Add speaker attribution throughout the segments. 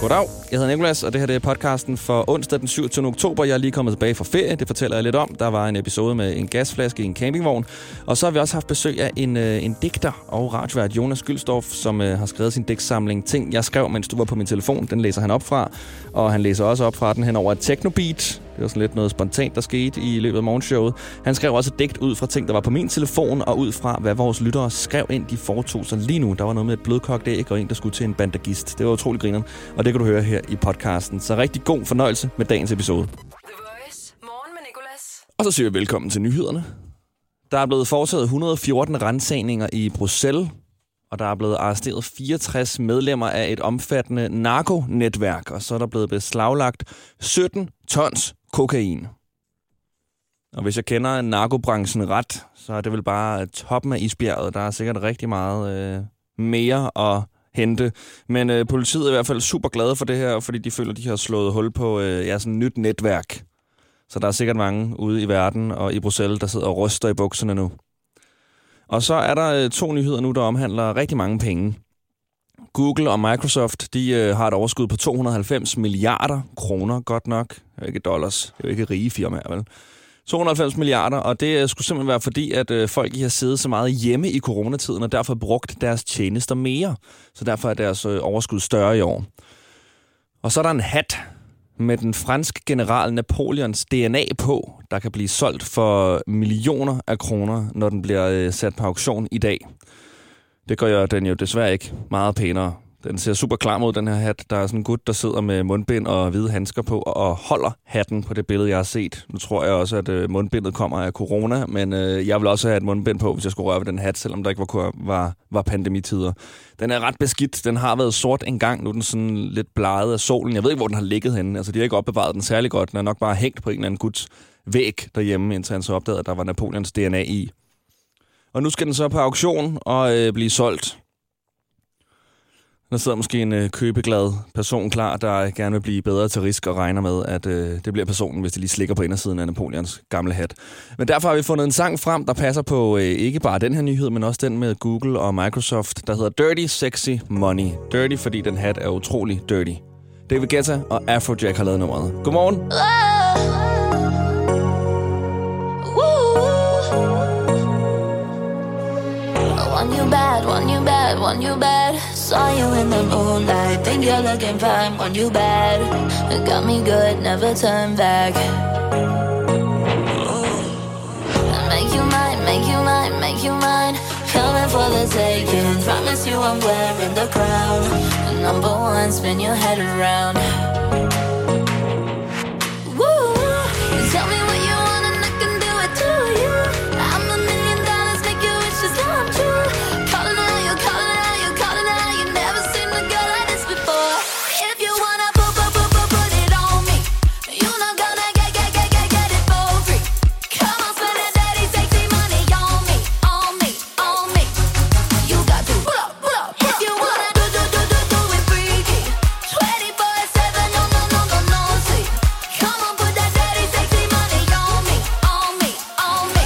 Speaker 1: Goddag, jeg hedder Nikolas, og det her det er podcasten for onsdag den 27. oktober. Jeg er lige kommet tilbage fra ferie, det fortæller jeg lidt om. Der var en episode med en gasflaske i en campingvogn. Og så har vi også haft besøg af en, øh, en digter og radiovært, Jonas Gyldstorff, som øh, har skrevet sin digtsamling Ting, jeg skrev, mens du var på min telefon. Den læser han op fra, og han læser også op fra den hen over et technobeat. Det var sådan lidt noget spontant, der skete i løbet af morgenshowet. Han skrev også et digt ud fra ting, der var på min telefon, og ud fra, hvad vores lyttere skrev ind, de foretog sig lige nu. Der var noget med et blødkogt æg og en, der skulle til en bandagist. Det var utrolig grineren, og det kan du høre her i podcasten. Så rigtig god fornøjelse med dagens episode.
Speaker 2: The Voice. Morgen med Nicolas.
Speaker 1: Og så siger vi velkommen til nyhederne. Der er blevet foretaget 114 rensagninger i Bruxelles, og der er blevet arresteret 64 medlemmer af et omfattende narkonetværk, og så er der blevet beslaglagt 17 tons kokain. Og hvis jeg kender narkobranchen ret, så er det vel bare toppen af isbjerget. Der er sikkert rigtig meget øh, mere at hente. Men øh, politiet er i hvert fald super glade for det her, fordi de føler, de har slået hul på øh, ja, sådan et nyt netværk. Så der er sikkert mange ude i verden og i Bruxelles, der sidder og ryster i bukserne nu. Og så er der øh, to nyheder nu, der omhandler rigtig mange penge. Google og Microsoft de øh, har et overskud på 290 milliarder kroner, godt nok. Det er jo ikke dollars. Det er jo ikke rige firmaer, vel? 290 milliarder, og det øh, skulle simpelthen være fordi, at øh, folk I har siddet så meget hjemme i coronatiden, og derfor brugt deres tjenester mere. Så derfor er deres øh, overskud større i år. Og så er der en hat med den franske general Napoleons DNA på, der kan blive solgt for millioner af kroner, når den bliver øh, sat på auktion i dag. Det gør jeg den jo desværre ikke meget pænere. Den ser super klar ud, den her hat. Der er sådan en gut, der sidder med mundbind og hvide handsker på og holder hatten på det billede, jeg har set. Nu tror jeg også, at øh, mundbindet kommer af corona, men øh, jeg vil også have et mundbind på, hvis jeg skulle røre ved den hat, selvom der ikke var, var, var pandemitider. Den er ret beskidt. Den har været sort engang. Nu er den sådan lidt bleget af solen. Jeg ved ikke, hvor den har ligget henne. Altså, de har ikke opbevaret den særlig godt. Den er nok bare hængt på en eller anden guts væg derhjemme, indtil han så opdagede, at der var Napoleons DNA i. Og nu skal den så på auktion og øh, blive solgt. Der sidder måske en øh, købeglad person klar, der gerne vil blive bedre til risk og regner med, at øh, det bliver personen, hvis de lige slikker på indersiden af Napoleons gamle hat. Men derfor har vi fundet en sang frem, der passer på øh, ikke bare den her nyhed, men også den med Google og Microsoft, der hedder Dirty Sexy Money. Dirty, fordi den hat er utrolig dirty. David Guetta og Afrojack har lavet nummeret. Godmorgen.
Speaker 3: Want you bad, want you bad, want you bad. Saw you in the moonlight, think you're looking fine. Want you bad, got me good, never turn back. Make you mine, make you mine, make you mine. Coming for the taking, promise you I'm wearing the crown. Number one, spin your head around. Woo. Tell me what you want and I can do it to you. I'm a million dollars, make your wishes come true. Calling out you, calling out you, calling out you. Never seen a girl like this before. If you wanna put, put, put, put, put it on me, you're not gonna get, get, get, get, get it for free. Come on, spend that daddy, take the money on me, on me, on me. You got to pull up, pull up, pull up. If you wanna do, do, do, do, do it freaky. 24/7, no, no, no, no, no sleep. Come on, put that dirty, sexy money on me, on me, on me.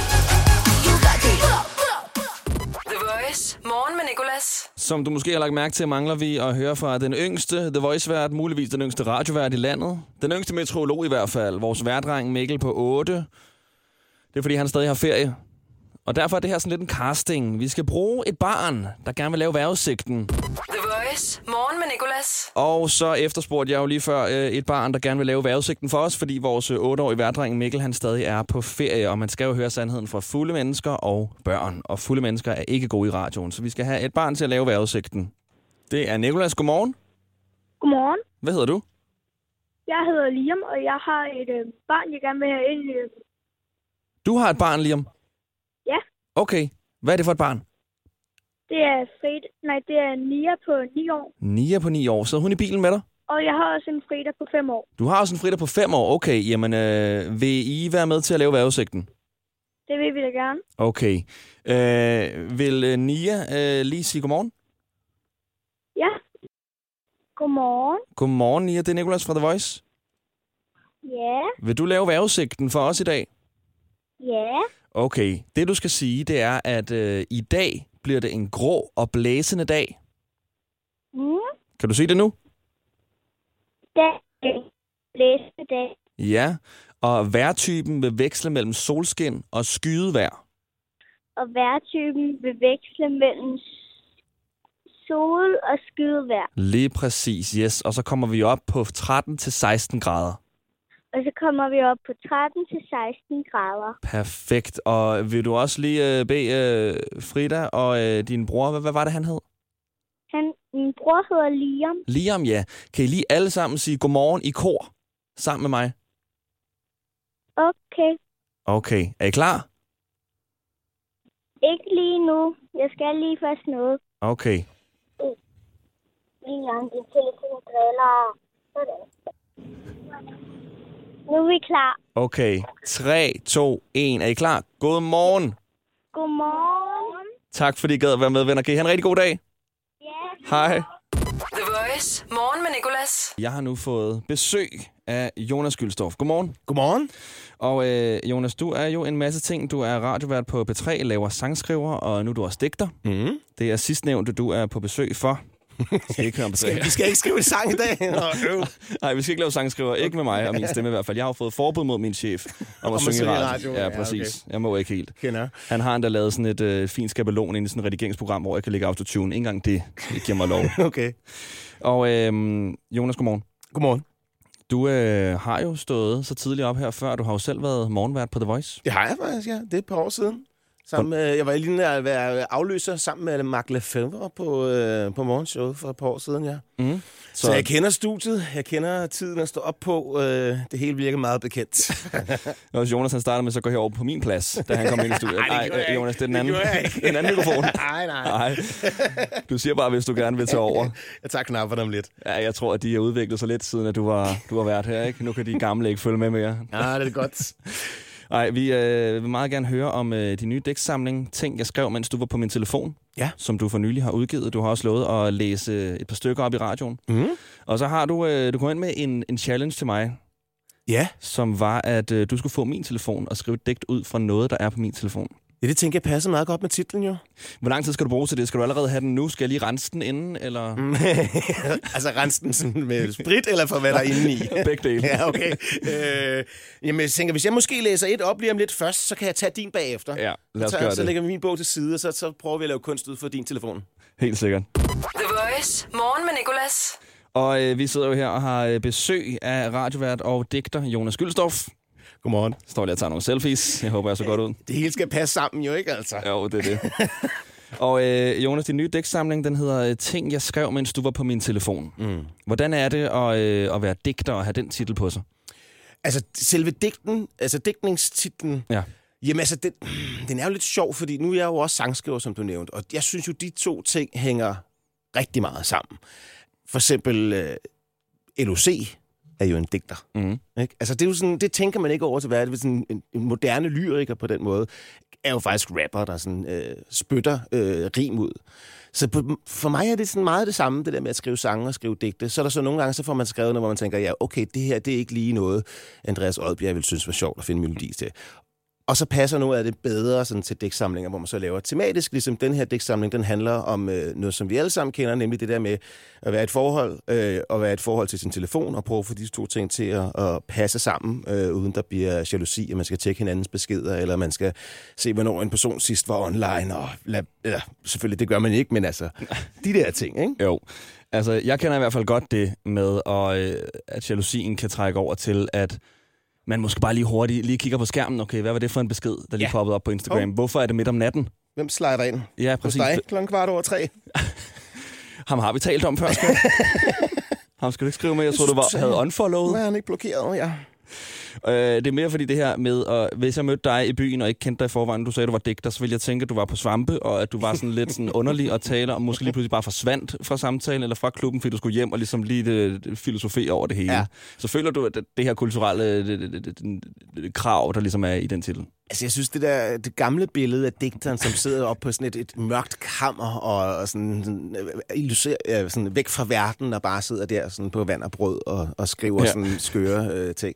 Speaker 3: You got to pull up, pull up, pull up.
Speaker 2: The Voice. Morgen med Nicolas.
Speaker 1: Som du måske har lagt mærke til, mangler vi at høre fra den yngste The Voice-vært, muligvis den yngste radiovært i landet. Den yngste meteorolog i hvert fald, vores værdreng Mikkel på 8. Det er fordi, han stadig har ferie. Og derfor er det her sådan lidt en casting. Vi skal bruge et barn, der gerne vil lave vejrudsigten.
Speaker 2: The Voice. Morgen med Nicolas.
Speaker 1: Og så efterspurgte jeg jo lige før øh, et barn, der gerne vil lave vejrudsigten for os, fordi vores øh, 8-årige værdreng Mikkel, han stadig er på ferie, og man skal jo høre sandheden fra fulde mennesker og børn. Og fulde mennesker er ikke gode i radioen, så vi skal have et barn til at lave vejrudsigten. Det er Nikolas. Godmorgen.
Speaker 4: Godmorgen.
Speaker 1: Hvad hedder du?
Speaker 4: Jeg hedder Liam, og jeg har et øh, barn, jeg gerne vil have ind. Øh,
Speaker 1: Du har et barn, Liam.
Speaker 4: Ja.
Speaker 1: Okay. Hvad er det for et barn?
Speaker 4: det er Freda. Nej, det er Nia på 9 år,
Speaker 1: Nia på 9 år. Sidder hun i bilen med dig?
Speaker 4: og jeg har også en Freda på 5 år.
Speaker 1: Du har også en fritter på 5 år. Okay, jamen øh, vil I være med til at lave vejrudsigten?
Speaker 4: Det vil vi da gerne.
Speaker 1: Okay. Øh, vil øh, Nia øh, lige sige godmorgen?
Speaker 4: Ja. Godmorgen.
Speaker 1: Godmorgen, Nia. Det er Nicolas fra The Voice.
Speaker 4: Ja.
Speaker 1: Vil du lave vejrudsigten for os i dag?
Speaker 4: Ja.
Speaker 1: Okay. Det, du skal sige, det er, at øh, i dag bliver det en grå og blæsende dag.
Speaker 4: Mm.
Speaker 1: Kan du se det nu?
Speaker 5: dag, blæsedag,
Speaker 1: Ja, og vejrtypen vil veksle mellem solskin og skydevejr.
Speaker 5: og vejrtypen vil veksle mellem sol og skydevejr.
Speaker 1: Lige præcis, yes. Og så kommer vi op på 13 til 16 grader.
Speaker 5: Og så kommer vi op på 13 til 16 grader.
Speaker 1: Perfekt. Og vil du også lige øh, bede øh, Frida og øh, din bror, hvad, hvad var det, han hed?
Speaker 5: Han, min bror hedder Liam.
Speaker 1: Lige om ja. Kan I lige alle sammen sige godmorgen i kor sammen med mig?
Speaker 5: Okay,
Speaker 1: Okay, er I klar?
Speaker 5: ikke lige nu. Jeg skal lige først noget.
Speaker 1: Okay.
Speaker 5: Liam, din telefon driller. Sådan. Nu er vi klar.
Speaker 1: Okay. 3, 2, 1. Er I klar? Godmorgen.
Speaker 5: Godmorgen.
Speaker 1: Tak fordi I gad at være med, venner. Kan I have en rigtig god dag?
Speaker 5: Ja.
Speaker 1: Hej.
Speaker 2: The Voice. Morgen med Nicolas.
Speaker 1: Jeg har nu fået besøg af Jonas Gyldstorff. Godmorgen.
Speaker 6: Godmorgen.
Speaker 1: Og øh, Jonas, du er jo en masse ting. Du er radiovært på P3, laver sangskriver, og nu er du også digter.
Speaker 6: Mm.
Speaker 1: Det er sidstnævnte, du er på besøg for. Vi skal ikke høre om P3.
Speaker 6: Vi skal ikke skrive en sang i dag. Nå, øv.
Speaker 1: Nej, vi skal ikke lave sangskriver. Ikke med mig og min stemme i hvert fald. Jeg har jo fået forbud mod min chef om
Speaker 6: Om
Speaker 1: at
Speaker 6: at
Speaker 1: synge i
Speaker 6: synge i
Speaker 1: radio.
Speaker 6: radioen.
Speaker 1: Ja,
Speaker 6: Ja,
Speaker 1: præcis. Jeg må ikke helt.
Speaker 6: Kender.
Speaker 1: Han har endda lavet sådan et øh, fint skabelon ind i sådan et redigeringsprogram, hvor jeg kan lægge autotune. Ikke engang det giver mig lov.
Speaker 6: Okay.
Speaker 1: Og øhm, Jonas, godmorgen.
Speaker 6: Godmorgen.
Speaker 1: Du øh, har jo stået så tidligt op her før. Du har jo selv været morgenvært på The Voice.
Speaker 6: Det har jeg faktisk, ja. Det er et par år siden. Sammen med, jeg var lige nær at være afløser sammen med Mark Lefebvre på, øh, på morgenshowet for et par år siden, ja.
Speaker 1: Mm.
Speaker 6: Så, så jeg kender studiet, jeg kender tiden at stå op på. Øh, det hele virker meget bekendt.
Speaker 1: Og Jonas han startede med så at gå herover på min plads, da han kom ind i studiet.
Speaker 6: Ej, det gjorde jeg
Speaker 1: øh,
Speaker 6: ikke.
Speaker 1: Jonas, det er den
Speaker 6: Det
Speaker 1: anden,
Speaker 6: gjorde jeg ikke.
Speaker 1: en anden mikrofon.
Speaker 6: nej, nej.
Speaker 1: Nej, du siger bare, hvis du gerne vil tage over.
Speaker 6: Jeg tager knapperne om lidt.
Speaker 1: Ja, jeg tror, at de har udviklet sig lidt, siden at du var, du har været her. Ikke? Nu kan de gamle ikke følge med mere.
Speaker 6: Ja, det er godt.
Speaker 1: Nej, vi øh, vil meget gerne høre om øh, din nye digtsamling, Ting, jeg skrev, mens du var på min telefon,
Speaker 6: Ja.
Speaker 1: som du for nylig har udgivet. Du har også lovet at læse øh, et par stykker op i radioen.
Speaker 6: Mm.
Speaker 1: Og så har du, øh, du kom ind med en, en challenge til mig,
Speaker 6: Ja,
Speaker 1: som var, at øh, du skulle få min telefon og skrive et digt ud fra noget, der er på min telefon.
Speaker 6: det, det tænker jeg passer meget godt med titlen jo.
Speaker 1: Hvor lang tid skal du bruge til det? Skal du allerede have den nu? Skal jeg lige rense den inden, eller mm.
Speaker 6: altså rens den sådan med sprit, eller for hvad der er inde i?
Speaker 1: begge dele?
Speaker 6: Ja, okay. Øh, jamen, jeg tænker, hvis jeg måske læser et op lige om lidt først, så kan jeg tage din bagefter.
Speaker 1: Ja, lad os
Speaker 6: så,
Speaker 1: gøre
Speaker 6: så
Speaker 1: det.
Speaker 6: lægger vi min bog til side, og så, så prøver vi at lave kunst ud for din telefon.
Speaker 1: Helt sikkert.
Speaker 2: The Voice. Morgen med Nicolas.
Speaker 1: Og øh, vi sidder jo her og har øh, besøg af radiovært og digter Jonas Gyldstorff.
Speaker 6: Godmorgen.
Speaker 1: Står lige og tager nogle selfies. Jeg håber, jeg så godt ud.
Speaker 6: Det hele skal passe sammen jo, ikke altså?
Speaker 1: Jo, det er det. og øh, Jonas, din nye digtsamling, den hedder øh, Ting, jeg skrev, mens du var på min telefon. Mm. Hvordan er det at, øh, at være digter og have den titel på sig?
Speaker 6: Altså, selve digten, altså digtningstitlen,
Speaker 1: Ja.
Speaker 6: Jamen altså, den, den er jo lidt sjov, fordi nu er jeg jo også sangskriver, som du nævnte, og jeg synes jo, de to ting hænger rigtig meget sammen. For eksempel, øh, LOC er jo en digter.
Speaker 1: Mhm.
Speaker 6: Ikke? Altså, det, er jo sådan, det tænker man ikke over til, hvad er det, sådan en, en moderne lyriker på den måde, er jo faktisk rapper, der sådan, øh, spytter øh, rim ud. Så på, for mig er det sådan meget det samme, det der med at skrive sange og skrive digte. Så er der så nogle gange, så får man skrevet noget, hvor man tænker, ja, okay, det her, det er ikke lige noget, Andreas Oddbjerg ville synes var sjovt at finde melodi til. Og så passer noget af det bedre sådan, til digtsamlinger, hvor man så laver tematisk, ligesom den her digtsamling, den handler om øh, noget, som vi alle sammen kender, nemlig det der med at være i et forhold, øh, og være i et forhold til sin telefon, og prøve at få de to ting til at, at passe sammen, øh, uden der bliver jalousi, og man skal tjekke hinandens beskeder, eller man skal se, hvornår en person sidst var online, og lad, eller, selvfølgelig, det gør man ikke, men altså, de der ting, ikke?
Speaker 1: Jo. Altså, jeg kender i hvert fald godt det med, at, øh, at jalousien kan trække over til, at man måske bare lige hurtigt lige kigger på skærmen. Okay, hvad var det for en besked, der lige ja. Oh.
Speaker 6: Ja.
Speaker 1: poppede op på Instagram?
Speaker 6: Hov.
Speaker 1: Hvorfor er det midt om natten?
Speaker 6: Hvem slider ind?
Speaker 1: Ja,
Speaker 6: Hos
Speaker 1: præcis.
Speaker 6: dig, klokken kvart over tre.
Speaker 1: Ham har vi talt om før, skal Ham skal du ikke skrive med. Jeg tror, du var, havde
Speaker 6: Nu
Speaker 1: unfollowet.
Speaker 6: er han ikke blokeret, ja.
Speaker 1: Øh, det er mere fordi det her med, at hvis jeg mødte dig i byen og ikke kendte dig i forvejen, du sagde, du var digter, så ville jeg tænke, at du var på svampe, og at du var sådan lidt sådan underlig og taler, og måske lige pludselig bare forsvandt fra samtalen eller fra klubben, fordi du skulle hjem og ligesom lige øh, filosofere over det hele. Ja.
Speaker 6: Ja.
Speaker 1: Så føler du, at det her kulturelle øh, øh, øh, øh, krav, der ligesom er i den titel?
Speaker 6: Altså, jeg synes, det der det gamle billede af digteren, som sidder op på sådan et, et mørkt kammer og, og sådan, sådan, øh, illuser, øh, sådan væk fra verden og bare sidder der sådan på vand og brød og, og skriver
Speaker 1: Ja.
Speaker 6: ja. sådan skøre øh, ting.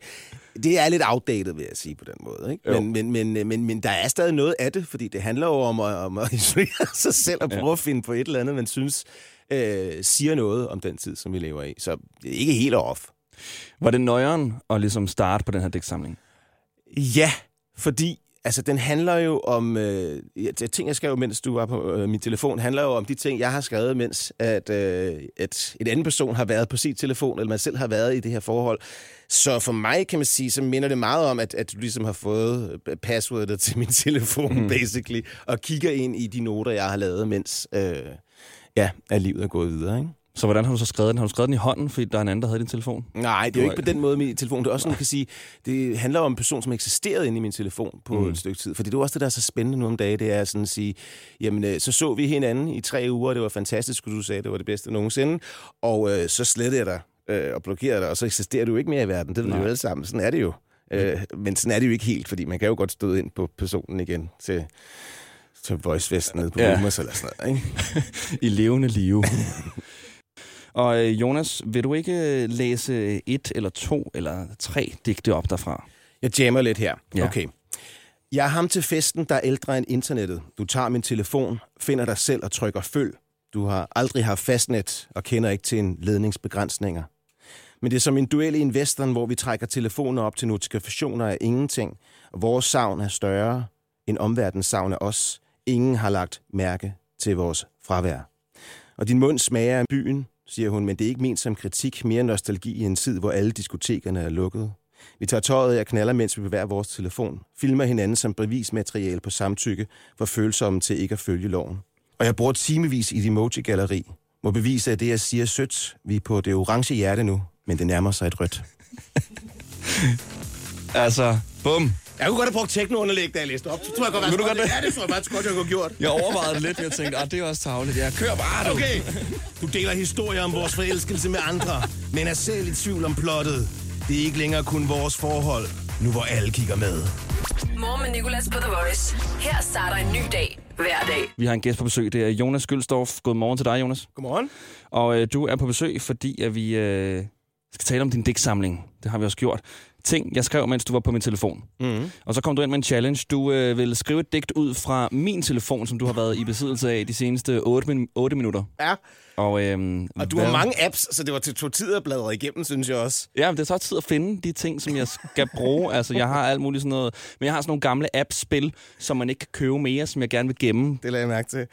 Speaker 6: Det er lidt outdated, vil jeg sige på den måde. Ikke?
Speaker 1: Jo.
Speaker 6: Men, men, men, øh, men, men der er stadig noget af det, fordi det handler jo om at, om at isolere sig selv og prøve ja. at finde på et eller andet, man synes øh, siger noget om den tid, som vi lever i. Så det er ikke helt off.
Speaker 1: Var det nøjeren at ligesom starte på den her digtsamling?
Speaker 6: Ja, fordi altså, den handler jo om... Øh, jeg, jeg ting, jeg skrev, mens du var på øh, min telefon, handler jo om de ting, jeg har skrevet, mens at, øh, at en anden person har været på sin telefon, eller man selv har været i det her forhold. Så for mig, kan man sige, så minder det meget om, at, at du ligesom har fået øh, passwordet til min telefon, mm. basically, og kigger ind i de noter, jeg har lavet, mens øh, ja, at livet er gået videre, ikke?
Speaker 1: Så hvordan har du så skrevet den? Har du skrevet den i hånden, fordi der er en anden, der havde din telefon?
Speaker 6: Nej, det er jo ikke på
Speaker 1: Nej.
Speaker 6: den måde min telefon. Det er også sådan, man kan sige, det handler om en person, som eksisterede inde i min telefon på mm. et stykke tid. Fordi det er jo også det, der er så spændende nu om dagen, det er sådan at sige, jamen øh, så så vi hinanden i tre uger, og det var fantastisk, og du sagde, det var det bedste nogensinde, og øh, så slettede jeg dig øh, og blokerede dig, og så eksisterer du ikke mere i verden. Det ved vi jo alle sammen. Sådan er det jo. Øh, men sådan er det jo ikke helt, fordi man kan jo godt støde ind på personen igen til til Voice Vest nede på
Speaker 1: Ja.
Speaker 6: ja. Rumors eller sådan noget, ikke?
Speaker 1: I levende live. Og øh, Jonas, vil du ikke øh, læse et eller to eller tre digte op derfra?
Speaker 6: Jeg jammer lidt her.
Speaker 1: Ja.
Speaker 6: Ja. Okay. Jeg er ham til festen, der er ældre end internettet. Du tager min telefon, finder dig selv og trykker følg. Du har aldrig haft fastnet og kender ikke til en ledningsbegrænsninger. Men det er som en duel i en western, hvor vi trækker telefoner op til notifikationer af ingenting. Vores savn er større end omverdens savn af os. Ingen har lagt mærke til vores fravær. Og din mund smager af byen, siger hun, men det er ikke ment som kritik, mere nostalgi i en tid, hvor alle diskotekerne er lukkede. Vi tager tøjet af knaller, mens vi bevæger vores telefon. Filmer hinanden som bevismateriale på samtykke for følsomme til ikke at følge loven. Og jeg bruger timevis i et emoji-galleri. Må bevise, at det, jeg siger, er sødt. Vi er på det orange hjerte nu, men det nærmer sig et rødt.
Speaker 1: Altså, bum.
Speaker 6: Jeg kunne godt have brugt teknounderlæg, da jeg læste op. Så tror jeg godt,
Speaker 1: Vil du godt det?
Speaker 6: Ja, det tror jeg faktisk godt, jeg kunne have gjort.
Speaker 1: Jeg overvejede det lidt, men jeg tænkte, at det er også tavligt. Jeg kører bare, du.
Speaker 6: Okay, du deler historier om vores forelskelse med andre, men er selv i tvivl om plottet. Det er ikke længere kun vores forhold, nu hvor alle kigger med.
Speaker 2: Morgen med Nicolas på The Voice. Her starter en ny dag. Hver dag.
Speaker 1: Vi har en gæst på besøg, det er Jonas Gyldstorff. Godmorgen til dig, Jonas.
Speaker 6: Godmorgen.
Speaker 1: Og øh, du er på besøg, fordi at vi øh, skal tale om din digtsamling. Det har vi også gjort. Ting, jeg skrev, mens du var på min telefon. Mm. Og så kom du ind med en challenge. Du øh, vil skrive et digt ud fra min telefon, som du har været i besiddelse af de seneste 8, min- 8 minutter.
Speaker 6: Ja,
Speaker 1: Og, øh,
Speaker 6: og du har mange apps, så det var til to tider bladret igennem, synes jeg også.
Speaker 1: Ja, men det er så tid at finde de ting, som jeg skal bruge. altså, jeg har alt muligt sådan noget. Men jeg har sådan nogle gamle apps-spil, som man ikke kan købe mere, som jeg gerne vil gemme.
Speaker 6: Det lagde jeg mærke til.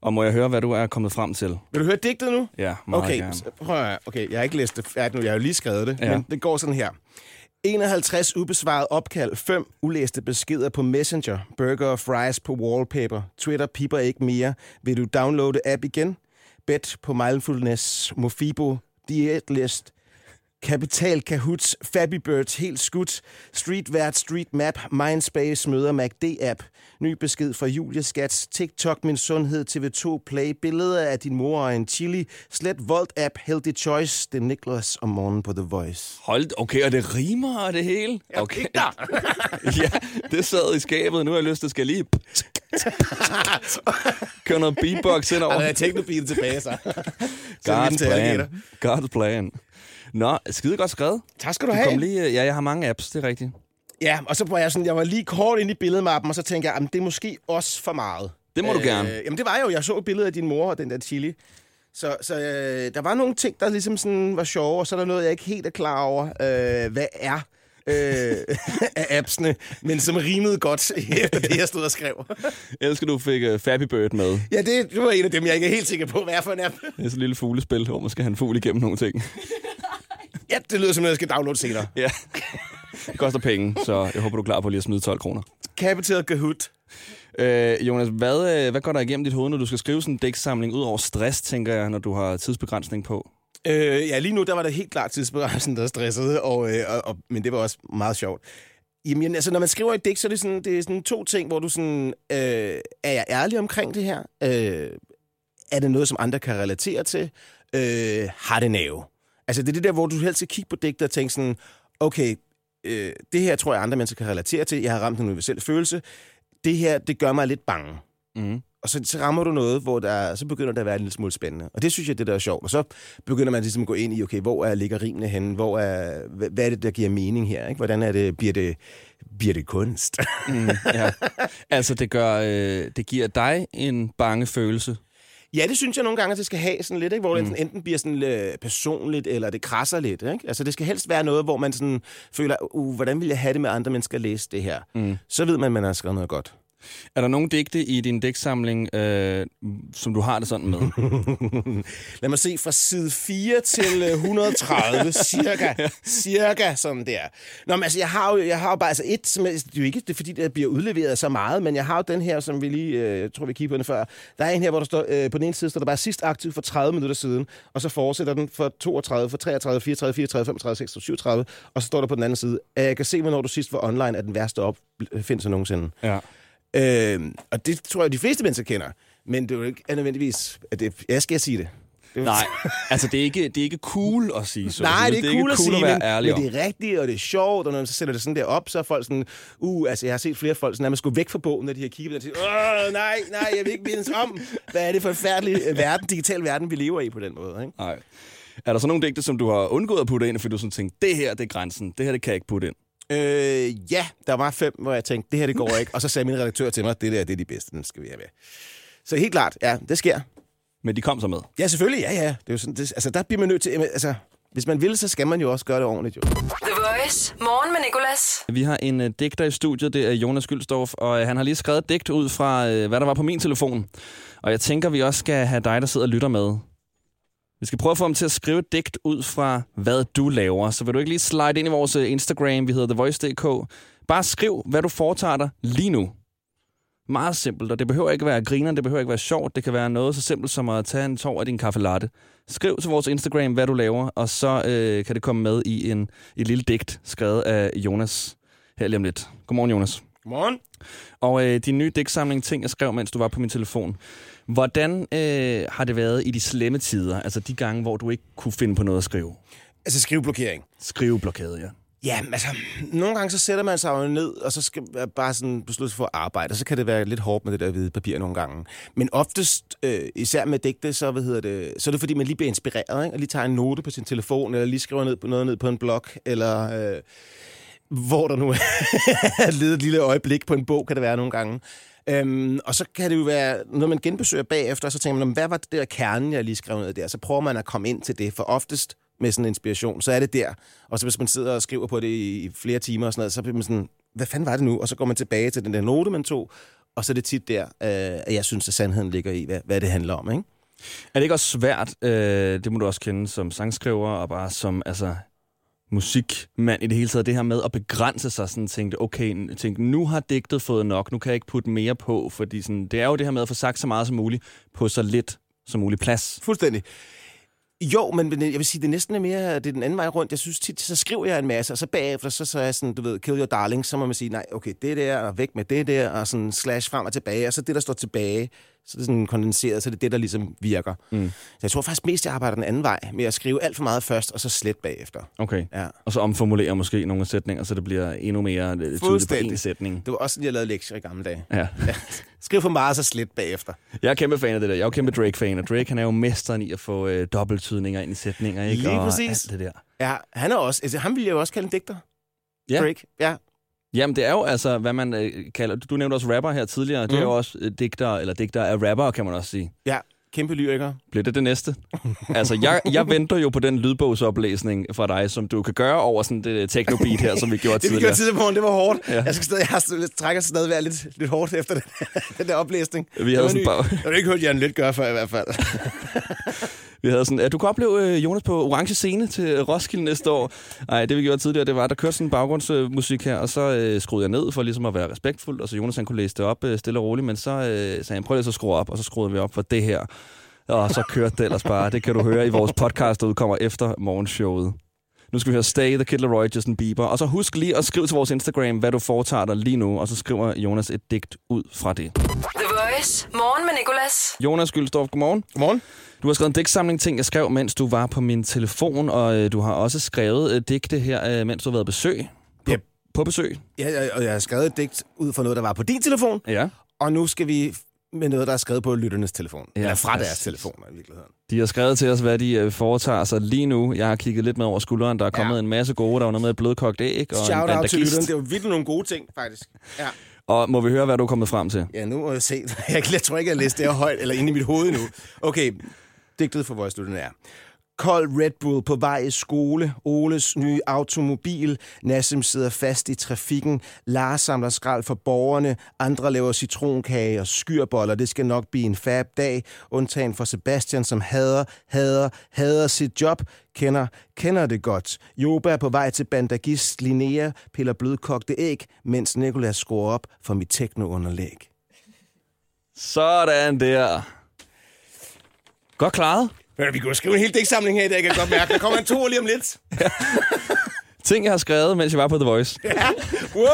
Speaker 1: Og må jeg høre, hvad du er kommet frem til?
Speaker 6: Vil du høre digtet nu?
Speaker 1: Ja, meget
Speaker 6: okay,
Speaker 1: gerne.
Speaker 6: så prøv at, høre. okay, jeg har ikke læst det færdigt nu, jeg har jo lige skrevet det,
Speaker 1: Ja.
Speaker 6: ja. men det går sådan her. 51 ubesvarede opkald, 5 ulæste beskeder på Messenger, burger og fries på wallpaper, Twitter piper ikke mere, vil du downloade app igen? Bet på mindfulness, Mofibo, diætlist, Kapital, Kahoots, Fabby Birds, helt skudt, Streetvært, Street Map, Mindspace møder MACD-app, ny besked fra Julia Skats, TikTok, Min Sundhed, TV2 Play, billeder af din mor og en chili, slet Volt-app, Healthy Choice, det er Niklas om morgenen på The Voice.
Speaker 1: Hold, okay, og det rimer og det hele. Okay. ja, det sad i skabet. Nu har jeg lyst til at skal lige... Køre noget beatbox ind over.
Speaker 6: teknobilen tilbage, så.
Speaker 1: God's plan. God's plan. Nå, skide godt skrevet.
Speaker 6: Tak skal du
Speaker 1: Du
Speaker 6: have.
Speaker 1: kom lige... øh, Ja, jeg har mange apps, det er rigtigt.
Speaker 6: Ja, og så var jeg sådan, jeg var lige kort inde i billedmappen, og så tænkte jeg, jamen, det er måske også for meget. Øh,
Speaker 1: Det må du gerne.
Speaker 6: Jamen det var jeg jo, jeg så et billede af din mor og den der chili. Så, så øh, der var nogle ting, der ligesom sådan var sjove, og så er der noget, jeg ikke helt er klar over, øh, hvad er øh, af appsene, men som rimede godt efter det, jeg stod og skrev.
Speaker 1: Jeg elsker, du fik
Speaker 6: øh,
Speaker 1: uh, Fabby Bird med.
Speaker 6: Ja, det, det var en af dem, jeg ikke er helt sikker på, hvad er for en app.
Speaker 1: Det er sådan et lille fuglespil, hvor man skal have en fugl igennem nogle ting.
Speaker 6: Ja, det lyder som noget, jeg skal downloade senere.
Speaker 1: Ja. Det koster penge, så jeg håber, du er klar på lige at smide 12 kroner.
Speaker 6: Capital Kahoot.
Speaker 1: Øh, Jonas, hvad, øh, hvad går der igennem dit hoved, når du skal skrive sådan en dæksamling ud over stress, tænker jeg, når du har tidsbegrænsning på?
Speaker 6: Øh, ja, lige nu, der var det helt klart tidsbegrænsningen, der stressede, og, øh, og, og, men det var også meget sjovt. Jamen, altså, når man skriver et digt, så er det sådan, det er sådan to ting, hvor du sådan, øh, er jeg ærlig omkring det her? Øh, er det noget, som andre kan relatere til? Øh, har det nerve? Altså, det er det der, hvor du helst skal kigge på digter og tænke sådan, okay, øh, det her tror jeg, andre mennesker kan relatere til. Jeg har ramt en universel følelse. Det her, det gør mig lidt bange.
Speaker 1: Mm.
Speaker 6: Og så, så rammer du noget, hvor der, så begynder det at være en lille smule spændende. Og det synes jeg, det der er sjovt. Og så begynder man ligesom at gå ind i, okay, hvor er ligger rimene henne? Hvor er, hvad, hvad er det, der giver mening her? Ikke? Hvordan er det, bliver det, bliver det kunst?
Speaker 1: Mm, ja. Altså, det, gør, øh, det giver dig en bange følelse.
Speaker 6: Ja, det synes jeg nogle gange, at det skal have sådan lidt, ikke? hvor mm. det sådan enten bliver sådan øh, personligt, eller det krasser lidt. Ikke? Altså, det skal helst være noget, hvor man sådan føler, uh, hvordan vil jeg have det med andre mennesker at læse det her? Mm. Så ved man, at man har skrevet noget godt.
Speaker 1: Er der nogle digte i din digtsamling, øh, som du har det sådan med?
Speaker 6: Lad mig se, fra side 4 til øh, 130, cirka, cirka sådan der. Nå, men altså, jeg har jo, jeg har jo bare, altså et, som, er- det er jo ikke, det er, fordi det bliver udleveret så meget, men jeg har jo den her, som vi lige, øh, jeg tror, vi kiggede på den før. Der er en her, hvor der står, øh, på den ene side står der bare sidst aktiv for 30 minutter siden, og så fortsætter den for 32, for 33, 34, 34, 35, 36, 37, og så står der på den anden side, at jeg kan se, hvornår du sidst var online, at den værste opfindelse nogensinde.
Speaker 1: ja.
Speaker 6: Øh, og det tror jeg, de fleste mennesker kender. Men det er jo ikke er nødvendigvis... At det, ja, skal jeg sige det? det
Speaker 1: Nej, altså det er, ikke, det er ikke cool at sige sådan.
Speaker 6: Nej, det er,
Speaker 1: det
Speaker 6: cool at sige,
Speaker 1: at være
Speaker 6: men,
Speaker 1: ærlig
Speaker 6: men det er rigtigt, og det er sjovt, og når man så sætter det sådan der op, så er folk sådan, uh, altså jeg har set flere folk sådan, at man skulle væk fra bogen, når de har kigget, og de siger, åh, nej, nej, jeg vil ikke mindes om, hvad er det for en færdelig øh, verden, digital verden, vi lever i på den måde, ikke?
Speaker 1: Nej. Er der så nogle digte, som du har undgået at putte ind, fordi du sådan tænkte, det her det er grænsen, det her det kan jeg ikke putte ind?
Speaker 6: Øh, ja, der var fem, hvor jeg tænkte, det her det går ikke, og så sagde min redaktør til mig, det der, det er de bedste, den skal vi have med. Så helt klart, ja, det sker.
Speaker 1: Men de kom så med.
Speaker 6: Ja, selvfølgelig. Ja, ja. Det er jo sådan, det, altså, der bliver man nødt til... Altså, hvis man vil, så skal man jo også gøre det ordentligt, jo.
Speaker 2: The Voice. Morgen med Nicolas.
Speaker 1: Vi har en uh, digter i studiet, det er Jonas Gyldstorff, og uh, han har lige skrevet et digt ud fra, uh, hvad der var på min telefon. Og jeg tænker, vi også skal have dig, der sidder og lytter med. Vi skal prøve at få ham til at skrive et digt ud fra, hvad du laver. Så vil du ikke lige slide ind i vores øh, Instagram, vi hedder TheVoice.dk. Bare skriv, hvad du foretager dig lige nu. Meget simpelt, og det behøver ikke være griner, det behøver ikke være sjovt. Det kan være noget så simpelt som at tage en tår af din kaffe latte. Skriv til vores Instagram, hvad du laver, og så øh, kan det komme med i en, et lille digt, skrevet af Jonas her lige om lidt. Godmorgen, Jonas.
Speaker 6: Godmorgen.
Speaker 1: Og øh, din nye digtsamling, Ting jeg skrev, mens du var på min telefon. Hvordan øh, har det været i de slemme tider? Altså de gange, hvor du ikke kunne finde på noget at skrive.
Speaker 6: Altså skriveblokering.
Speaker 1: Skriveblokade, ja.
Speaker 6: Ja, men altså, nogle gange så sætter man sig jo ned, og så skal man bare sådan beslutte sig for at arbejde, og så kan det være lidt hårdt med det der hvide papir nogle gange. Men oftest, øh, især med digte, så, hvad hedder det, så er det fordi, man lige bliver inspireret, ikke? og lige tager en note på sin telefon, eller lige skriver ned på noget ned på en blog, eller øh, hvor der nu er lidt et lille øjeblik på en bog, kan det være nogle gange. Øhm, og så kan det jo være noget, man genbesøger bagefter, og så tænker man, "Nå, hvad var det der kernen, jeg lige skrev ned der? Så prøver man at komme ind til det, for oftest med sådan en inspiration, så er det der. Og så hvis man sidder og skriver på det i, i flere timer og sådan noget, så bliver man sådan, hvad fanden var det nu? Og så går man tilbage til den der note, man tog, og så er det tit der, øh, at jeg synes, at sandheden ligger i, hvad, hvad det handler om, ikke?
Speaker 1: Er det ikke også svært, øh, det må du også kende som sangskriver og bare som altså, musikmand i det hele taget, det her med at begrænse sig, sådan tænkte, okay, n- tænk, nu har digtet fået nok, nu kan jeg ikke putte mere på, fordi sådan, det er jo det her med at få sagt så meget som muligt på så lidt som muligt plads.
Speaker 6: Fuldstændig. Jo, men men jeg vil sige, det er næsten er mere, det er den anden vej rundt. Jeg synes tit, så skriver jeg en masse, og så bagefter, så, så er jeg sådan, du ved, kill your darling, så må man sige, nej, okay, det der, og væk med det der, og sådan slash frem og tilbage, og så det, der står tilbage, så er det sådan kondenseret, så er det det, der ligesom virker. Mm. Så jeg tror faktisk mest, jeg arbejder den anden vej, med at skrive alt for meget først, og så slet bagefter.
Speaker 1: Okay.
Speaker 6: Ja.
Speaker 1: Og så omformulere måske nogle sætninger, så det bliver endnu mere øh, tydeligt på
Speaker 6: Fuldstændig.
Speaker 1: en sætning.
Speaker 6: Det var også sådan, jeg lavede lektier i gamle dage.
Speaker 1: Ja.
Speaker 6: Ja. Skriv for meget, og så slet bagefter.
Speaker 1: Jeg er kæmpe fan af det der. Jeg er jo kæmpe Drake-fan, og Drake han er jo mesteren i at få øh, dobbelttydninger ind i sætninger, ikke?
Speaker 6: Lige
Speaker 1: og
Speaker 6: præcis.
Speaker 1: Alt det der.
Speaker 6: Ja, han er også, altså, ham ville jeg jo også kalde en digter.
Speaker 1: Ja.
Speaker 6: Drake. Ja,
Speaker 1: Jamen, det er jo altså, hvad man øh, kalder... Du nævnte også rapper her tidligere. Det er
Speaker 6: Mm.
Speaker 1: jo også øh, digter, eller digter af rapper, kan man også sige.
Speaker 6: ja. Kæmpe lyriker.
Speaker 1: Bliver det det næste? altså, jeg, jeg venter jo på den lydbogsoplæsning fra dig, som du kan gøre over sådan det øh, technobeat her, som vi gjorde
Speaker 6: Det vi gjorde
Speaker 1: tidligere.
Speaker 6: tidligere på morgenen, det var hårdt.
Speaker 1: Ja.
Speaker 6: Ja. Jeg, skal stadig, jeg har stadig- trækker stadig være lidt, lidt hårdt efter den, den der oplæsning.
Speaker 1: Vi havde
Speaker 6: Det var
Speaker 1: sådan
Speaker 6: ny.
Speaker 1: bare-
Speaker 6: Jeg har ikke hørt Jan lidt gøre før i hvert fald.
Speaker 1: Vi havde sådan, at du kan opleve øh, Jonas på orange scene til Roskilde næste år. Nej, det vi gjorde tidligere, det var, at der kørte sådan en baggrundsmusik her, og så øh, skruede jeg ned for ligesom at være respektfuld, og så Jonas han kunne læse det op øh, stille og roligt, men så øh, sagde han, prøv lige så at skrue op, og så skruede vi op for det her. Og så kørte det ellers bare. Det kan du høre i vores podcast, der udkommer efter morgenshowet. Nu skal vi høre Stay, The Kid Laroi, Justin Bieber. Og så husk lige at skrive til vores Instagram, hvad du foretager dig lige nu, og så skriver Jonas et digt ud fra det.
Speaker 2: The Voice. Morgen med Nicolas.
Speaker 1: Jonas Gyldstorff, godmorgen.
Speaker 6: Godmorgen.
Speaker 1: Du har skrevet en digtsamling ting, jeg skrev, mens du var på min telefon, og øh, du har også skrevet øh, digte her, øh, mens du har været besøg. På,
Speaker 6: Yep.
Speaker 1: på besøg.
Speaker 6: Ja, og jeg har skrevet et digt ud fra noget, der var på din telefon,
Speaker 1: Ja.
Speaker 6: og nu skal vi med noget, der er skrevet på lytternes telefon.
Speaker 1: Ja,
Speaker 6: Ja, Eller fra deres
Speaker 1: præcis.
Speaker 6: telefoner i virkeligheden.
Speaker 1: De har skrevet til os, hvad de øh, foretager sig lige nu. Jeg har kigget lidt med over skulderen. Der er kommet ja. en masse gode. Der var noget med et blødkogt æg og en
Speaker 6: Shout out til
Speaker 1: bandagist.
Speaker 6: lytterne. Det var virkelig nogle gode ting, faktisk. Ja.
Speaker 1: Og må vi høre, hvad du er kommet frem til?
Speaker 6: Ja, nu må jeg se. Jeg, jeg tror ikke, jeg læste det her højt eller inde i mit hoved nu. Okay, digtet for Voice Lytterne er. Kold Red Bull på vej i skole, Oles nye automobil, Nassim sidder fast i trafikken, Lars samler skrald for borgerne, andre laver citronkage og skyrboller, det skal nok blive en fab dag, undtagen for Sebastian, som hader, hader, hader sit job, kender, kender det godt. Joba er på vej til bandagist, Linnea piller blødkogte æg, mens Nikolas skruer op for mit teknounderlæg.
Speaker 1: Sådan der. Godt klaret.
Speaker 6: Men vi kunne skrive en hel digtsamling her i dag, kan jeg godt mærke. Der kommer en to lige om lidt.
Speaker 1: Ting, jeg har skrevet, mens jeg var på The Voice.
Speaker 6: Wow!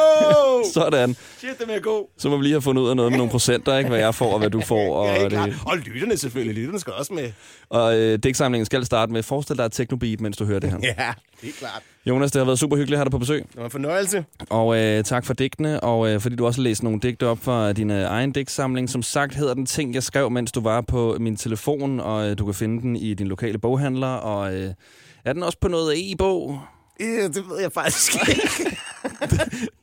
Speaker 1: Sådan.
Speaker 6: Shit, den er god.
Speaker 1: Så må vi lige have fundet ud af noget med nogle procenter, ikke? Hvad jeg får, og hvad du får. Og,
Speaker 6: Ja, helt
Speaker 1: det,
Speaker 6: klart. og lytterne selvfølgelig. Lytterne skal også med.
Speaker 1: og øh, digtsamlingen skal starte med, forestil dig et teknobeat, mens du hører det her.
Speaker 6: Ja, det er klart.
Speaker 1: Jonas, det har været super hyggeligt at have dig på besøg.
Speaker 6: Det var en fornøjelse.
Speaker 1: Og øh, tak for digtene, og øh, fordi du også har læst nogle digte op fra din øh, egen digtsamling. Som sagt hedder den Ting, jeg skrev, mens du var på min telefon, og øh, du kan finde den i din lokale boghandler. Og øh, er den også på noget E e-bog?
Speaker 6: Øh, det ved jeg faktisk ikke.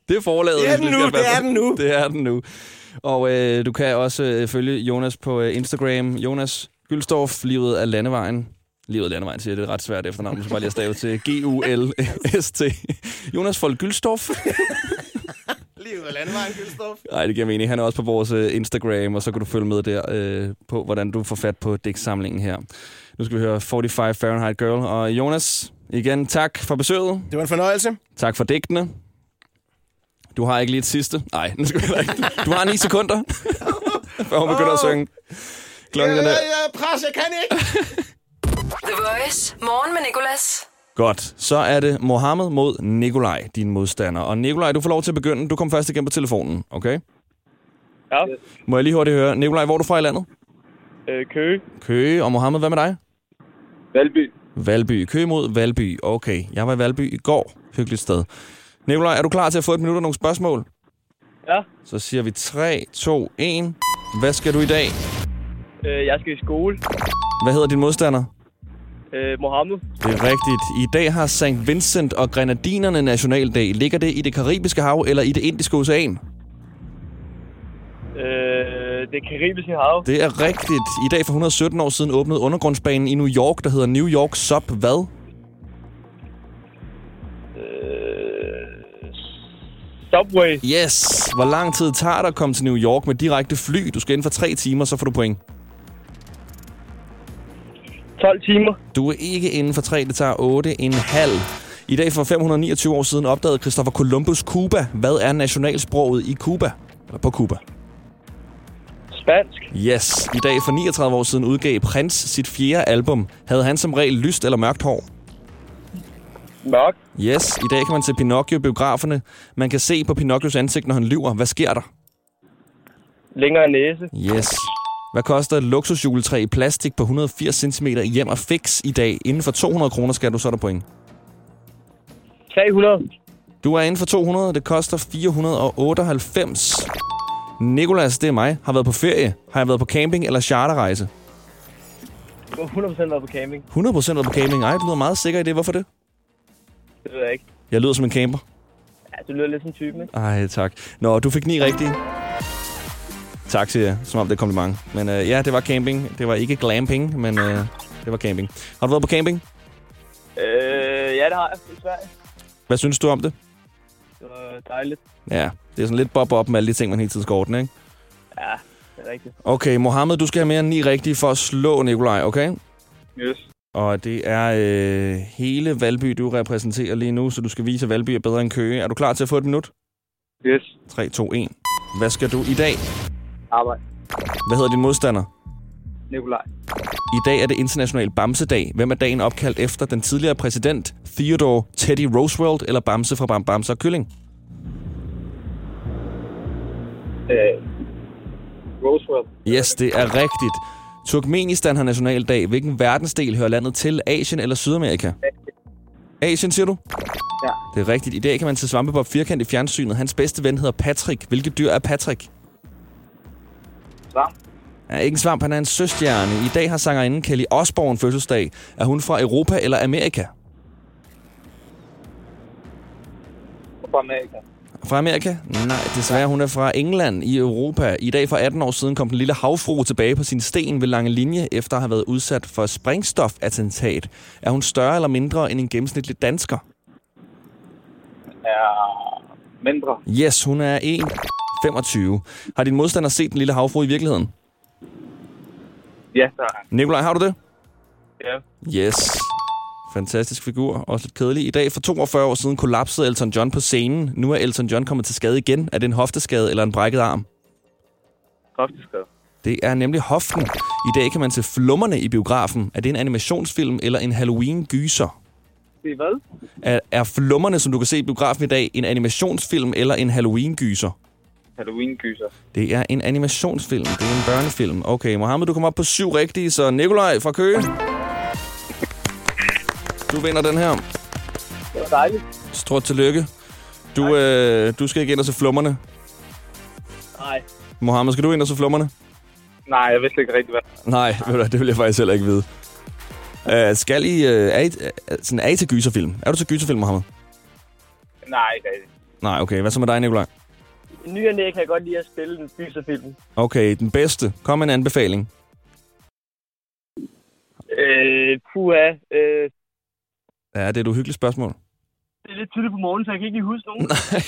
Speaker 1: Det er forlaget.
Speaker 6: Det er den
Speaker 1: hvis vi
Speaker 6: nu,
Speaker 1: skal være
Speaker 6: det er
Speaker 1: på-
Speaker 6: den nu.
Speaker 1: Det er den nu. Og øh, du kan også øh, følge Jonas på øh, Instagram. Jonas Gyldstorff, Livet af Landevejen. Livet af Landevejen siger, jeg, det er et ret svært efternavn, så bare lige at stave til G-U-L-S-T. Jonas Folk Gyldstorff.
Speaker 6: Livet af landevejen, Gyldstorff.
Speaker 1: Nej, det giver mening. Han er også på vores øh, Instagram, og så kan du følge med der øh, på, hvordan du får fat på digtsamlingen her. Nu skal vi høre 45 Fahrenheit Girl. Og Jonas, igen tak for besøget.
Speaker 6: Det var en fornøjelse.
Speaker 1: Tak for digtene. Du har ikke lige et sidste. Nej, nu skal jeg ikke. Du har 9 sekunder, før hun begynder at synge. Klokken er der.
Speaker 6: pres, jeg kan ikke.
Speaker 2: The Voice. Morgen med Nicolas.
Speaker 1: Godt, så er det Mohammed mod Nikolaj, din modstander. Og Nikolaj, du får lov til at begynde. Du kom først igen på telefonen, okay?
Speaker 7: Ja,
Speaker 1: Må jeg lige hurtigt høre. Nikolaj, hvor er du fra i landet?
Speaker 7: øh, Køge,
Speaker 1: Køge. Og Mohammed, hvad med dig?
Speaker 7: Valby.
Speaker 1: Valby. Køge mod Valby. Okay, jeg var i Valby i går. Hyggeligt sted. Nikolaj, er du klar til at få et minut og nogle spørgsmål?
Speaker 7: Ja,
Speaker 1: Så siger vi 3, 2, 1. Hvad skal du i dag?
Speaker 7: øh, jeg skal i skole.
Speaker 1: Hvad hedder din modstander?
Speaker 7: Øh, Mohammed,
Speaker 1: Det er rigtigt. I dag har St. Vincent og Grenadinerne nationaldag. Ligger det i det karibiske hav eller i det indiske ocean?
Speaker 7: øh, det karibiske hav,
Speaker 1: Det er rigtigt. I dag for 117 år siden åbnede undergrundsbanen i New York, der hedder New York Sub hvad?
Speaker 7: øh, Subway,
Speaker 1: Yes! Hvor lang tid tager det at komme til New York med direkte fly? Du skal inden for 3 timer, så får du point.
Speaker 7: 12 timer.
Speaker 1: Du er ikke inden for 3, det tager 8,5. I dag for 529 år siden opdagede Christopher Columbus Cuba. Hvad er nationalsproget i Cuba? Eller på Cuba?
Speaker 7: Spansk,
Speaker 1: Yes. I dag for 39 år siden udgav Prince sit fjerde album. Havde han som regel lyst eller mørkt hår?
Speaker 7: mørk,
Speaker 1: Yes. I dag kan man se Pinocchio i biograferne. Man kan se på Pinocchios ansigt, når han lyver. Hvad sker der?
Speaker 7: længere næse,
Speaker 1: Yes. Hvad koster et luksusjuletræ i plastik på 180 cm hjem og fix i dag? Inden for 200 kroner skal du så er der point.
Speaker 7: 300,
Speaker 1: Du er inden for 200, det koster 498. Nikolas, det er mig, har været på ferie. Har jeg været på camping eller charterrejse?
Speaker 7: Du har 100% været på camping.
Speaker 1: 100% været på camping. Ej, du lyder meget sikker i det. Hvorfor det?
Speaker 7: Det ved jeg ikke.
Speaker 1: Jeg lyder som en camper.
Speaker 7: Ja, du lyder lidt som typen, ikke?
Speaker 1: Ej, tak. Nå, du fik ni rigtige. Tak, siger jeg, som om det er et kompliment. Men øh, ja, det var camping. Det var ikke glamping, men øh, det var camping. Har du været på camping?
Speaker 7: Øh, ja, det har jeg. Det er Sverige.
Speaker 1: Hvad synes du om det?
Speaker 7: Det var dejligt.
Speaker 1: Ja, det er sådan lidt bob op med alle de ting, man hele tiden skal ordne, ikke?
Speaker 7: Ja, det er rigtigt.
Speaker 1: Okay, Mohammed, du skal have mere end ni rigtige for at slå Nikolaj, okay?
Speaker 7: Yes.
Speaker 1: Og det er øh, hele Valby, du repræsenterer lige nu, så du skal vise, at Valby er bedre end Køge. Er du klar til at få et minut?
Speaker 7: Yes.
Speaker 1: 3, 2, 1. Hvad skal du i dag?
Speaker 7: Arbejde.
Speaker 1: Hvad hedder din modstander?
Speaker 7: Nikolaj.
Speaker 1: I dag er det international Bamsedag. Hvem er dagen opkaldt efter? Den tidligere præsident Theodore Teddy Roosevelt eller Bamse fra Bam Bamse og Kylling?
Speaker 7: Øh, Roosevelt.
Speaker 1: Yes, det er rigtigt. Turkmenistan har nationaldag. Hvilken verdensdel hører landet til? Asien eller Sydamerika? Asien, siger du?
Speaker 7: Ja.
Speaker 1: Det er rigtigt. I dag kan man se Svampebob Firkant i fjernsynet. Hans bedste ven hedder Patrick. Hvilket dyr er Patrick?
Speaker 7: Svamp.
Speaker 1: Ja, ikke en svamp, han er en søstjerne. I dag har sangerinden Kelly Osbourne fødselsdag. Er hun fra Europa eller Amerika?
Speaker 7: Fra Amerika.
Speaker 1: Fra Amerika? Nej, desværre. Hun er fra England i Europa. I dag for 18 år siden kom den lille havfru tilbage på sin sten ved lange linje, efter at have været udsat for sprængstofattentat. Er hun større eller mindre end en gennemsnitlig dansker?
Speaker 7: Er mindre.
Speaker 1: Yes, hun er 1,25. Har din modstander set den lille havfru i virkeligheden?
Speaker 7: Ja, der er han.
Speaker 1: Nikolaj, har du det?
Speaker 7: Ja.
Speaker 1: Yes. Fantastisk figur, også lidt kedelig. I dag for 42 år siden kollapsede Elton John på scenen. Nu er Elton John kommet til skade igen. Er det en hofteskade eller en brækket arm?
Speaker 7: Hofteskade.
Speaker 1: Det er nemlig hoften. I dag kan man se flummerne i biografen. Er det en animationsfilm eller en Halloween-gyser?
Speaker 7: Det er hvad?
Speaker 1: Er, er flummerne, som du kan se i biografen i dag, en animationsfilm eller en Halloween-gyser?
Speaker 7: Halloween-gyser.
Speaker 1: Det er en animationsfilm. Det er en børnefilm. Okay, Mohammed, du kommer op på syv rigtige, så Nikolaj fra Køge. Du vinder den her.
Speaker 7: Det var dejligt.
Speaker 1: Stort tillykke. Du, øh, du skal ikke ind og se flummerne.
Speaker 7: Nej.
Speaker 1: Mohammed, skal du ind og se flummerne?
Speaker 7: Nej, jeg vidste ikke rigtig, hvad.
Speaker 1: Nej, ved du hvad, det vil jeg faktisk heller ikke vide. Uh, skal I... Uh, er, I uh, sådan, er I til gyserfilm? Er du til gyserfilm, Mohammed?
Speaker 7: Nej, ikke rigtig.
Speaker 1: Nej, okay. Hvad så med dig, Nikolaj?
Speaker 8: Ny og næ kan jeg godt lide at spille den gyserfilm.
Speaker 1: Okay, den bedste. Kom med en anbefaling.
Speaker 8: Øh, puha. Øh,
Speaker 1: Ja, det er et uhyggeligt spørgsmål.
Speaker 8: det er lidt tidligt på morgenen, så jeg kan ikke lige huske nogen.
Speaker 1: Nej,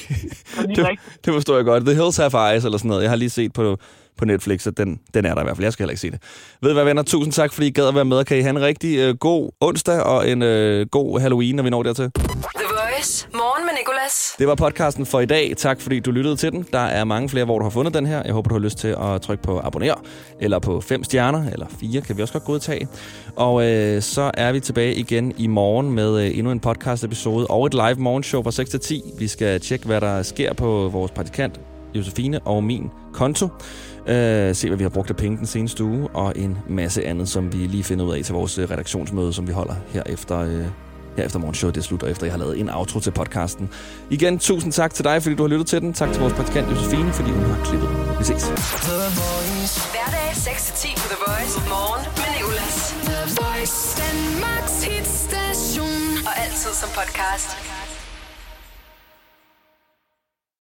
Speaker 8: lige
Speaker 1: det,
Speaker 8: rigtigt.
Speaker 1: det forstår jeg godt. The Hills Have Eyes eller sådan noget. Jeg har lige set på, på Netflix, at den, den er der i hvert fald. Jeg skal heller ikke se det. Ved I hvad, venner? Tusind tak, fordi I gad at være med. Kan I have en rigtig øh, god onsdag og en øh, god Halloween, når vi når dertil.
Speaker 2: The Voice. Morgen med Nicolas.
Speaker 1: Det var podcasten for i dag. Tak fordi du lyttede til den. Der er mange flere, hvor du har fundet den her. Jeg håber, du har lyst til at trykke på abonner, eller på fem stjerner, eller fire kan vi også godt godtage. Og øh, så er vi tilbage igen i morgen med øh, endnu en podcast episode og et live morgenshow fra 6 til 10. Vi skal tjekke, hvad der sker på vores praktikant, Josefine, og min konto. Øh, se, hvad vi har brugt af penge den seneste uge, og en masse andet, som vi lige finder ud af til vores øh, redaktionsmøde, som vi holder her efter... Øh, her efter morgenshowet, det slutter efter, jeg har lavet en outro til podcasten. Igen, tusind tak til dig, fordi du har lyttet til den. Tak til vores praktikant Josefine, fordi hun har klippet. Vi ses.
Speaker 2: Hverdag 6-10 på The Voice. Morgen med Nicolas.
Speaker 3: The Voice, Danmarks hitstation.
Speaker 2: Og altid som podcast.